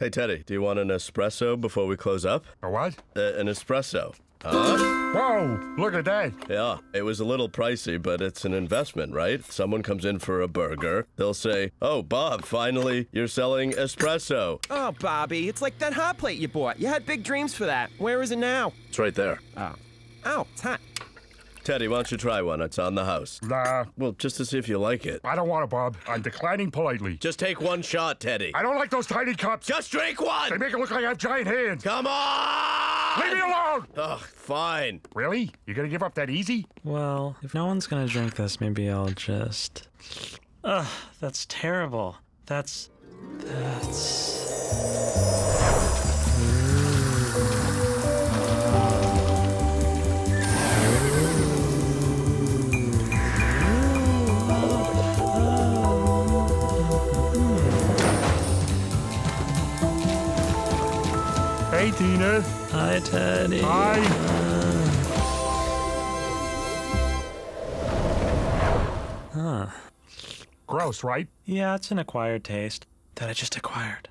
Hey, Teddy, do you want an espresso before we close up? A what? Uh, an espresso. Whoa! Look at that! Yeah, it was a little pricey, but it's an investment, right? Someone comes in for a burger, they'll say, Oh, Bob, finally, you're selling espresso. Oh, Bobby, it's like that hot plate you bought. You had big dreams for that. Where is it now? It's right there. Oh, it's hot. Teddy, why don't you try one? It's on the house. Nah, Well, just to see if you like it. I don't want it, Bob. I'm declining politely. Just take one shot, Teddy. I don't like those tiny cups. Just drink They one! make it look like I have giant hands. Come on! Leave me alone! Ugh, fine. Really? You're gonna give up that easy? Well, if no one's gonna drink this, maybe I'll just. Ugh, that's terrible. That's. That's. Hey, Tina. Hi, Teddy. Hi. Gross, right? Yeah, it's an acquired taste that I just acquired.